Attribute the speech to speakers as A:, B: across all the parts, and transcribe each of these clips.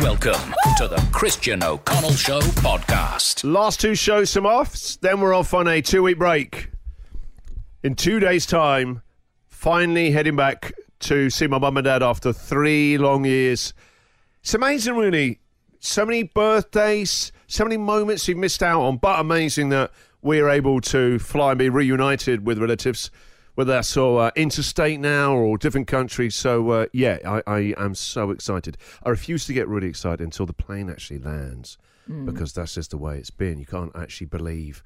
A: Welcome to the Christian O'Connell Show podcast.
B: Last two shows, some offs. Then we're off on a two week break. In two days' time, finally heading back to see my mum and dad after three long years. It's amazing, really. So many birthdays, so many moments you've missed out on, but amazing that we're able to fly and be reunited with relatives, whether that's or, uh, interstate now or different countries. So, uh, yeah, I, I am so excited. I refuse to get really excited until the plane actually lands because that's just the way it's been. You can't actually believe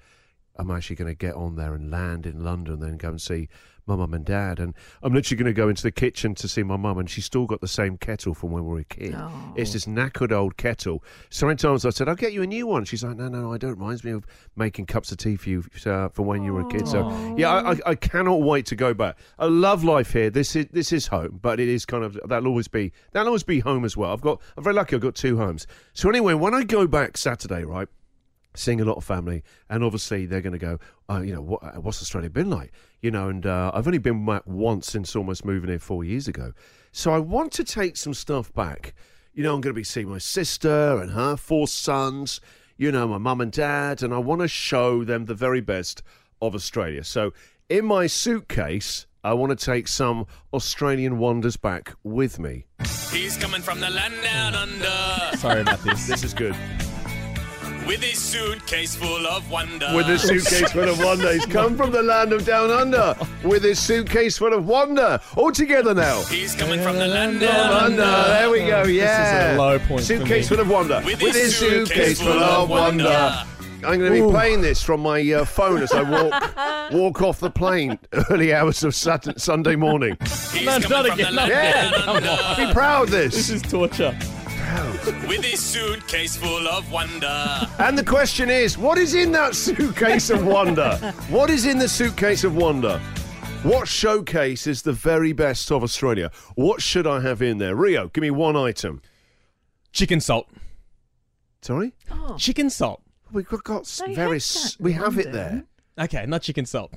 B: I'm actually going to get on there and land in London, then go and see my mum and dad. And I'm literally going to go into the kitchen to see my mum, and she's still got the same kettle from when we were a kid. It's this knackered old kettle. So many times I said, I'll get you a new one. She's like, No, no, I don't. Reminds me of making cups of tea for you uh, for when you were a kid. So, yeah, I, I, I cannot wait to go back. I love life here. This is this is home, but it is kind of that'll always be that'll always be home as well. I've got I'm very lucky. I've got two homes. So anyway, when I go back Saturday, right, seeing a lot of family, and obviously they're going to go, oh, you know, what, what's Australia been like? You know, and uh, I've only been back once since almost moving here four years ago. So I want to take some stuff back. You know, I'm going to be seeing my sister and her four sons, you know, my mum and dad, and I want to show them the very best of Australia. So in my suitcase, I want to take some Australian wonders back with me.
C: He's coming from the land down under
D: Sorry about this.
B: This is good.
C: with his suitcase full of wonder.
B: With his suitcase full of wonder. He's come from the land of down under with his suitcase full of wonder. All together now.
C: He's coming from the land
B: Down
C: down
B: under.
C: under.
B: There we go. Yeah.
D: a low point for
B: Suitcase
D: me.
B: full of wonder.
C: With his suitcase full of wonder.
B: I'm going to be playing this from my uh, phone as I walk walk off the plane early hours of Saturday, Sunday morning.
C: He's
D: No,
C: coming
D: not
C: from
D: again,
C: the
D: not
C: land
B: again.
C: down
B: Be
C: under.
B: proud of this.
D: This is torture.
C: With his suitcase full of wonder.
B: And the question is, what is in that suitcase of wonder? what is in the suitcase of wonder? What showcase is the very best of Australia? What should I have in there? Rio, give me one item.
D: Chicken salt.
B: Sorry?
C: Oh.
D: Chicken salt.
B: We've got, got s-
E: They have
B: very.
E: that
B: s-
E: in
B: We have it
E: London.
B: there.
D: Okay, not chicken salt.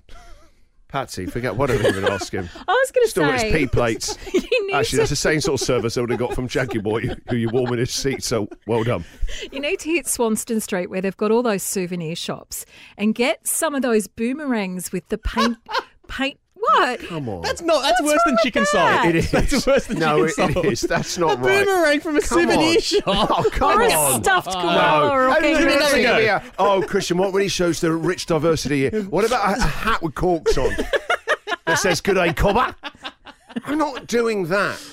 B: Patsy, forget what I'm even asking.
E: I was going to
B: Still, it's
E: say.
B: pea plates.
E: you, need
B: Actually, that's the
E: to,
B: same sort of service I would have got from Jackie Boy, who you warm in his seat. So well done.
E: you need to hit Swanston Street where they've got all those souvenir shops and get some of those boomerangs with the paint. paint. What?
B: Come on.
D: That's not. That's
E: What's
D: worse than
E: wrong
D: chicken
E: with
D: salt.
E: that?
B: It is.
D: That's worse than
B: no,
D: chicken
B: it-
D: salt.
B: it is. That's not
D: a
B: right.
D: boomerang from a
B: Come
D: souvenir
B: on.
D: shop.
B: Oh, come
E: Or a
B: on.
E: stuffed koala or a
B: How do you think
E: kangaroo.
D: Give it
B: it's gonna
D: another
B: be a- oh, Christian, what really shows the rich diversity here? What about a, a hat with corks on that says "Good day, cobber"? I'm not doing that.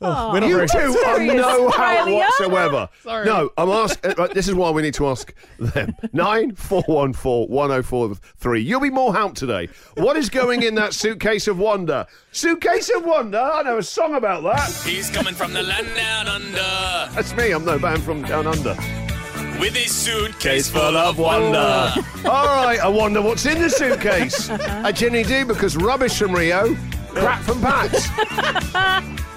D: Oh, We're not
B: You
D: very-
B: two are
E: serious,
B: no help
E: Australia?
B: whatsoever. No, I'm asking. this is why we need to ask them. Nine four one four one zero four three. You'll be more help today. What is going in that suitcase of wonder? Suitcase of wonder. I know a song about that.
C: He's coming from the land down under.
B: That's me. I'm no man from down under.
C: With his suitcase full of wonder.
B: All right, I wonder what's in the suitcase. I generally do because rubbish from Rio, crap from Pat's.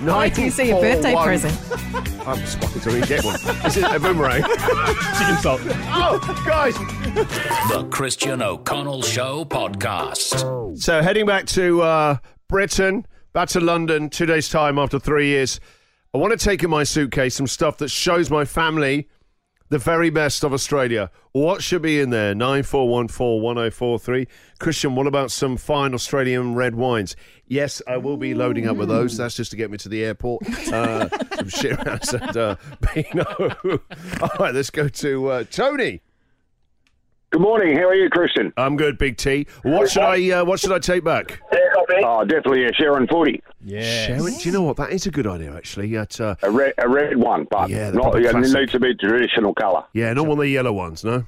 E: Wait till you see your birthday present.
B: I'm spotted, so we can get one. This is a boomerang.
D: chicken salt.
B: oh, guys.
A: The Christian O'Connell Show podcast.
B: So heading back to uh, Britain, back to London, two days' time after three years. I want to take in my suitcase some stuff that shows my family the very best of Australia. What should be in there? 94141043. oh, Christian, what about some fine Australian red wines? Yes, I will be loading up with those. That's just to get me to the airport. Uh, some Shiraz and uh, Pinot. All right, let's go to uh, Tony.
F: Good morning. How are you, Christian?
B: I'm good, Big T. What should I? Uh, what should I take back?
F: Oh, definitely a Sharon Forty,
D: Yeah.
B: Sharon, do you know what? That is a good idea, actually. At, uh,
F: a red, a red one, but
B: Yeah, the
F: not.
B: proper
F: It
B: classic.
F: needs to be traditional colour,
B: yeah, not one of the yellow ones, no?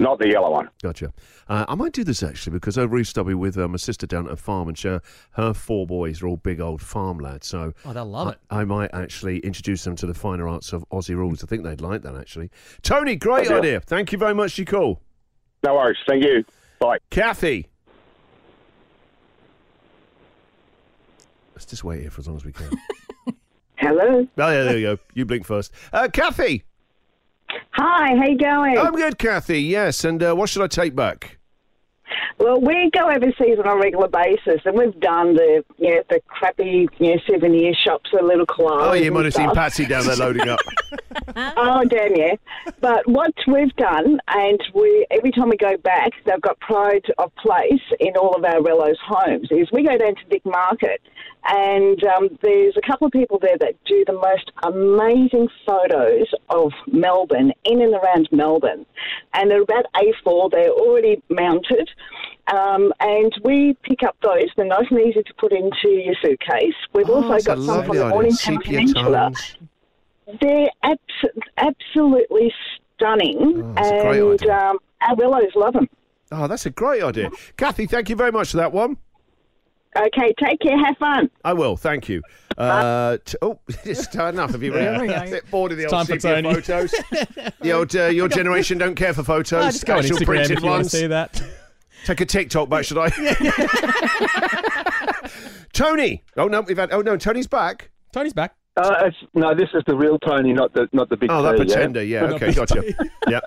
F: not the yellow one.
B: Gotcha. Uh, I might do this, actually, because over East I'll be with uh, my sister down at a farm, and she, uh, her four boys are all big old farm lads. So
D: Oh, they'll love it.
B: I might actually introduce them to the finer arts of Aussie rules. I think they'd like that, actually. Tony, great
F: Okay.
B: idea. Thank you very much for your call.
F: No worries. Thank you. Bye.
B: Kathy. Let's just wait here for as long as we can.
G: Hello.
B: oh, yeah, there you go. You blink first. Uh, Kathy.
G: Hi, how you going?
B: I'm good, Kathy. Yes. And uh, what should I take back?
G: well, we go overseas on a regular basis, and we've done the you know, the crappy you know, souvenir shops, the little koalas.
B: Oh, you
G: and
B: might have seen
G: stuff.
B: Patsy down there loading up.
G: Oh damn yeah! But what we've done, and we every time we go back, they've got pride of place in all of our Rello's homes. Is we go down to Vic Market, and um, there's a couple of people there that do the most amazing photos of Melbourne, in and around Melbourne, and they're about A4. They're already mounted. Um, and we pick up those. They're nice and easy to put into your suitcase.
B: Oh,
G: We've also got some from the Morningtown Peninsula. They're abs- absolutely stunning,
B: Oh, that's a great
G: and
B: idea.
G: um, our willows love them.
B: Oh, that's a great idea. Kathy, thank you very much for that one.
G: Okay, take care, have fun.
B: I will, thank you. Uh, t- oh, it's enough of you.
D: Yeah.
B: really? A bit bored of the
D: It's
B: old
D: time for
B: sepia
D: Tony.
B: photos. the old, uh, your generation don't care for photos.
D: Oh, just go on
B: Actual
D: Instagram if
B: printed
D: you want to
B: ones.
D: see that.
B: Take a TikTok back, should I? Tony. Oh no, we've had. Oh no, Tony's back.
D: Tony's back.
H: Uh, it's, no, this is the real Tony, not the not the big.
B: Oh, that
H: T, yeah?
B: pretender. Yeah.
D: Not
B: Okay,
D: big
B: gotcha. yeah.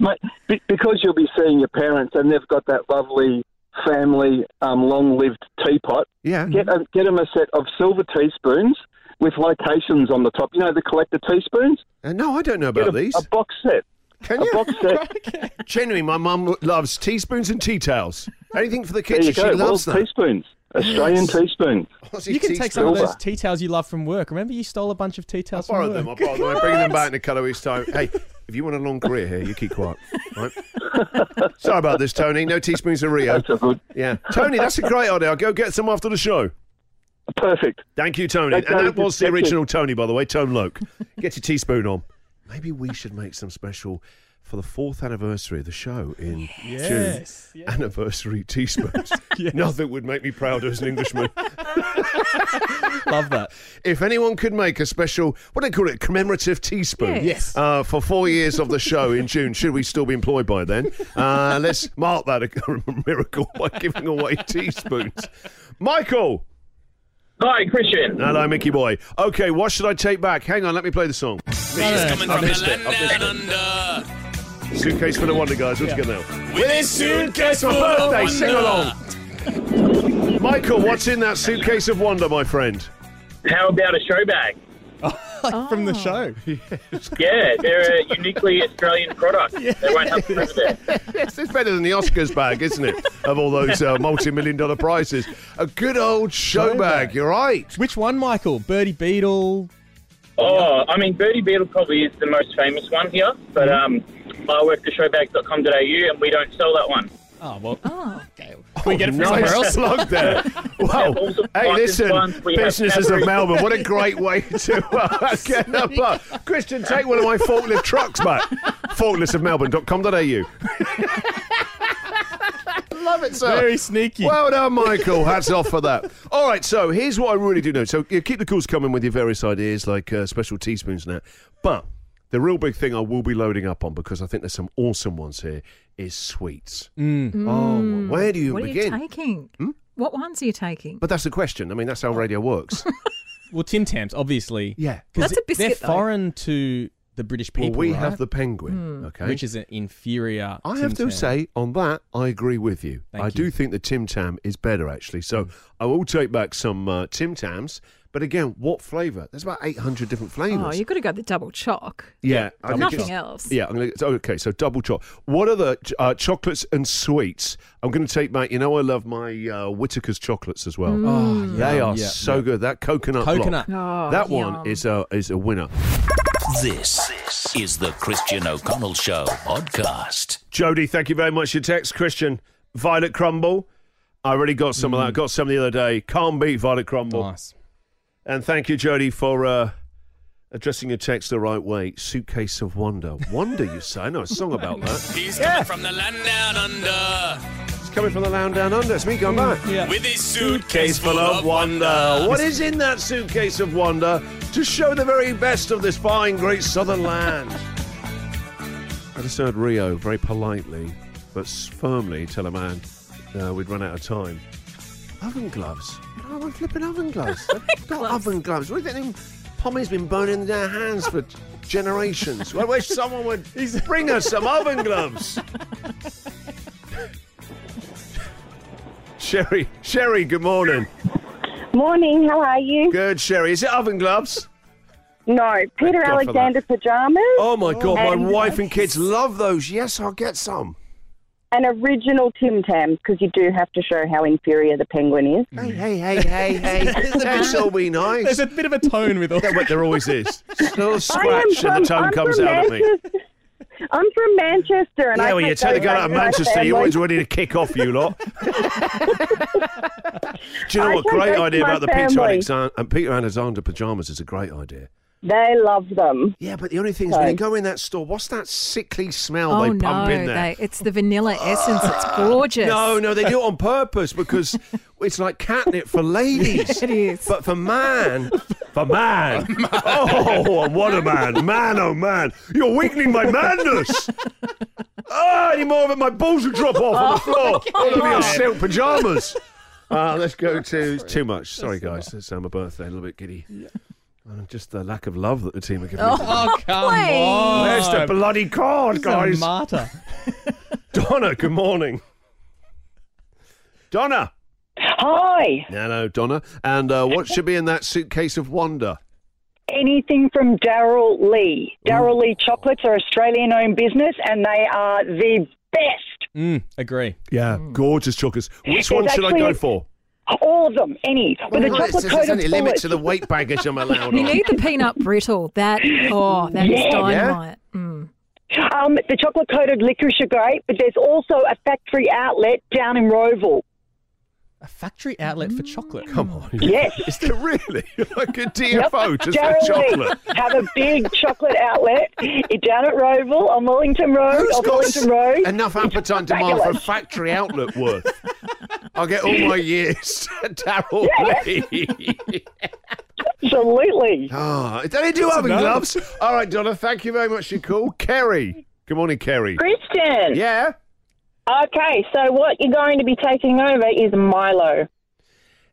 H: Mate, be- because you'll be seeing your parents, and they've got that lovely family, um, long-lived teapot.
B: Yeah.
H: Get a, get them a set of silver teaspoons with locations on the top. You know the collector teaspoons.
B: Uh, no, I don't know
H: Get
B: about
H: a,
B: these.
H: a box set.
B: Can
H: a
B: you?
H: box set.
B: Generally, my mum w- loves teaspoons and tea towels. Anything for the
H: There
B: kitchen,
H: you go.
B: she
H: World
B: loves that.
H: teaspoons. Australian teaspoons.
B: Aussie
D: You can
B: teaspoons.
D: take some of
H: Silver.
D: those tea towels you love from work. Remember, you stole a bunch of tea
B: I
D: towels from
B: borrowed
D: work.
B: them. I borrowed them. I bring them back in a couple of weeks' time. Hey, if you want a long career here, you keep quiet. Right? Sorry about this, Tony. No teaspoons of Rio.
H: That's a good.
B: Yeah, Tony, that's a great idea. I'll go get some after the show.
H: Perfect.
B: Thank you, Tony.
H: Thank
B: and that
H: you.
B: was the
H: Thank you.
B: original Tony, by the way, Tone Loke. Get your teaspoon on. Maybe we should make some special for the fourth anniversary of the show in June.
D: Yes. Yeah.
B: Anniversary teaspoons. Nothing would make me prouder as an Englishman.
D: Love that.
B: if anyone could make a special, what do they call it, commemorative teaspoon?
D: Yes.
B: Uh, for four years of the show in June, should we still be employed by then? Uh, let's mark that a miracle by giving away teaspoons. Michael.
I: Hi, Christian.
B: Hello, Mickey boy. Okay, what should I take back? Hang on, let me play the song.
C: He's coming from the
B: missed it.
C: land
B: I missed
C: down under.
B: Suitcase for the Wonder Guys. What's good now?
C: With his suitcase full of
B: birthday
C: wonder.
B: sing along. Michael, what's in that suitcase of wonder, my friend?
I: How about a show bag?
D: From the show.
I: Yeah, they're a uniquely Australian product. They won't have to there.
B: Yes, it's better than the Oscars bag, isn't it? Of all those uh, multi-million dollar prizes, a good old show,
D: Show
B: bag.
D: bag.
B: You're right.
D: Which one, Michael? Birdie Beetle.
I: Oh, I mean, Birdie Beetle probably is the most famous one here, but
B: Mm-hmm.
I: um, I work at showbags.com.au and we don't sell that one.
D: Oh well.
E: Oh.
D: Okay. Can we get it from
B: nice
D: somewhere
B: plug
D: else?
B: there. Wow.
I: all the
B: Hey,
I: plugs and
B: listen,
I: ones we have
B: businesses of
I: covered.
B: Melbourne, what a great way to uh, get a plug. Christian, take one of my forklift trucks back. Forkliftsofmelbourne.com.au. Love it, sir.
D: Very sneaky.
B: Well done, Michael. Hats off for that. All right, so here's what I really do know. So yeah, keep the calls coming with your various ideas, like uh, special teaspoons and that. But the real big thing I will be loading up on because I think there's some awesome ones here is sweets.
D: Mm.
B: Oh, where do you
E: What are you
B: begin?
E: taking? What ones are you taking?
B: Hmm? but that's the question. I mean, that's how radio works.
D: Well, Tim Tams, obviously.
B: yeah.
D: 'Cause
E: That's a biscuit,
D: They're
E: though.
D: foreign to the British
B: Well,
D: people.
B: we
D: right?
B: have the penguin, okay?
D: which is an inferior.
B: I
D: Tim
B: have to
D: Tam.
B: say, on that, I agree with you.
D: Thank
B: I
D: you. Mm.
B: do think the Tim Tam is better, actually. So I will take back some uh, Tim Tams. But again, what flavour? There's about 800 different flavours.
E: Oh, you've got to go the double chalk.
B: Yeah, I think
E: Nothing
B: it's-
E: else.
B: Yeah, I'm gonna, so- okay. So double chocolate. What are the ch- uh, chocolates and sweets? I'm going to take back. You know, I love my uh, Whitaker's chocolates as well.
E: Mm.
D: Oh,
B: they
D: yum,
B: are
D: yeah,
B: so good. That coconut, block.
D: Coconut.
E: Oh,
B: that one
E: yum.
B: is a is a winner.
A: This is the Christian O'Connell Show podcast.
B: Jody, thank you very much for your text. Christian, Violet Crumble. I already got some of that. I got some the other day. Can't beat Violet Crumble.
D: Mm. Nice.
B: And thank you, Jody, for uh, addressing your text the right way. Suitcase of Wonder. Wonder, you say? I know a song about that.
C: He's coming from the land down under.
B: It's coming from the land down under. It's me going back.
D: Yeah.
C: With his suitcase full of
B: Uh,
C: wonder.
B: What is in that suitcase of wonder to show the very best of this fine, great southern land? I just heard Rio very politely but s- firmly tell a man uh, we'd run out of time. Oven gloves. I want flipping oven gloves. They've got oven gloves. What do you think? them Pommies been burning their hands for generations. I wish someone would bring us some oven gloves. Sherry, Sherry, good morning.
G: Morning, how are you?
B: Good, Sherry. Is it oven gloves?
G: No,
B: God for
G: Peter
B: that.
G: Alexander pajamas,
B: Oh my God, my
G: And-
B: wife and kids love those. Yes, I'll get some.
G: and original Tim Tams, because you do have to show how inferior the penguin is.
B: Hey, hey, hey, hey, hey. They're so be nice.
D: There's a bit of a tone with all
B: Yeah, but there always is. Just a little scratch and the tone comes out at me.
G: Manchester. I'm from Manchester, and I
B: yeah, well, you
G: take
B: take the
G: those
B: guy out of
G: back to my
B: Manchester,
G: family.
B: you're always ready to kick off, you lot. Do you know
G: I
B: what?
G: take
B: Great
G: those
B: idea
G: to my
B: about the Peter
G: family.
B: Alexander, and Peter Alexander pajamas is a great idea.
G: They love them.
B: Yeah, but the only thing is when you
G: Okay.
B: go in that store, what's that sickly smell
E: oh
B: they
E: no,
B: pump in there?
E: they, it's the vanilla essence. It's gorgeous.
B: No, no, they do it on purpose because it's like catnip for ladies.
E: It is.
B: But for man, for man, oh, what a man, man, oh man, you're weakening my madness. Ah, any more of it, my balls will drop off on the floor. All of your silk pajamas. Uh, let's go to it's too much. Sorry, guys, it's uh, my birthday, a little bit giddy. Uh, just the lack of love that the team are giving. me.
D: Oh, come
E: Please.
D: on.
B: Where's the bloody card,
D: This
B: guys?
D: is a martyr.
B: Donna, good morning. Donna.
G: Hi.
B: Hello, Donna. And uh, what should be in that suitcase of wonder?
G: Anything from Daryl Lee. Daryl Lee chocolates are Australian owned business, and they are the best.
D: Mm, agree.
B: Yeah, Mm. gorgeous chocolates. Which one should I
G: actually-
B: go for?
G: All of them, any. But the chocolate
B: there's
G: coated
B: only limit
G: bullets.
B: to the weight baggage I'm allowed
E: You
B: on.
E: need the peanut brittle. That oh, that is
G: Yeah.
E: dynamite. Mm.
G: Um, the chocolate coated licorice are great, but there's also a factory outlet down in Roval.
D: A factory outlet for chocolate.
B: Come on.
G: Yes.
B: Is there really like a DFO just
G: Daryl
B: for chocolate?
G: Lee have a big chocolate outlet down at Roval on Wellington Road,
B: Who's
G: off
B: got s-
G: Wellington Road.
B: enough appetite demand for a
G: fabulous.
B: factory outlet worth? I'll get all my years at Daryl Lee.
G: Absolutely.
B: Ah, they do have gloves. All right, Donna, thank you very much for your call. Kerry. Good morning, Kerry.
G: Christian.
B: Yeah?
G: Okay, so what you're going to be taking over is Milo.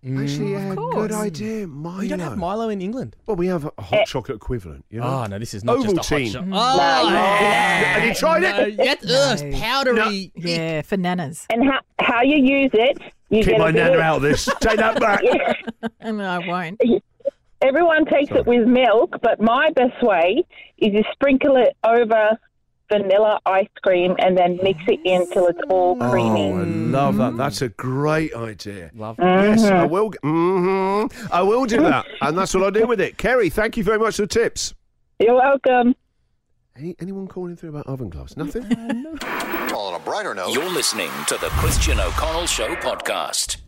D: Mm,
B: Actually, yeah,
E: course.
B: good idea. Milo.
D: We don't have Milo in England.
B: Well, we have a hot chocolate equivalent. You know?
C: Ah,
D: Oh, no, this is not just a hot
B: Ovaltine.
D: shot. Oh,
G: No,
B: Have you tried
D: No,
B: it?
D: yet, ugh,
E: No.
D: it's powdery.
E: Yeah, for nanas.
G: And how, how you use it, you
B: Keep
G: get
B: my
G: a bit
B: nana
G: of-
B: out of this. Take that back. Oh,
E: And I won't.
G: Everyone takes it with milk, but my best way is you sprinkle it over vanilla ice cream and then mix it in till it's all creamy.
B: Oh, I love that. That's a great idea.
D: Love
B: Yes, I will. hmm I will do that, and that's what I do with it. Kerry, thank you very much for the tips.
G: You're welcome.
B: Any, anyone calling through about oven gloves? Nothing.
A: You're listening to the Christian O'Connell Show podcast.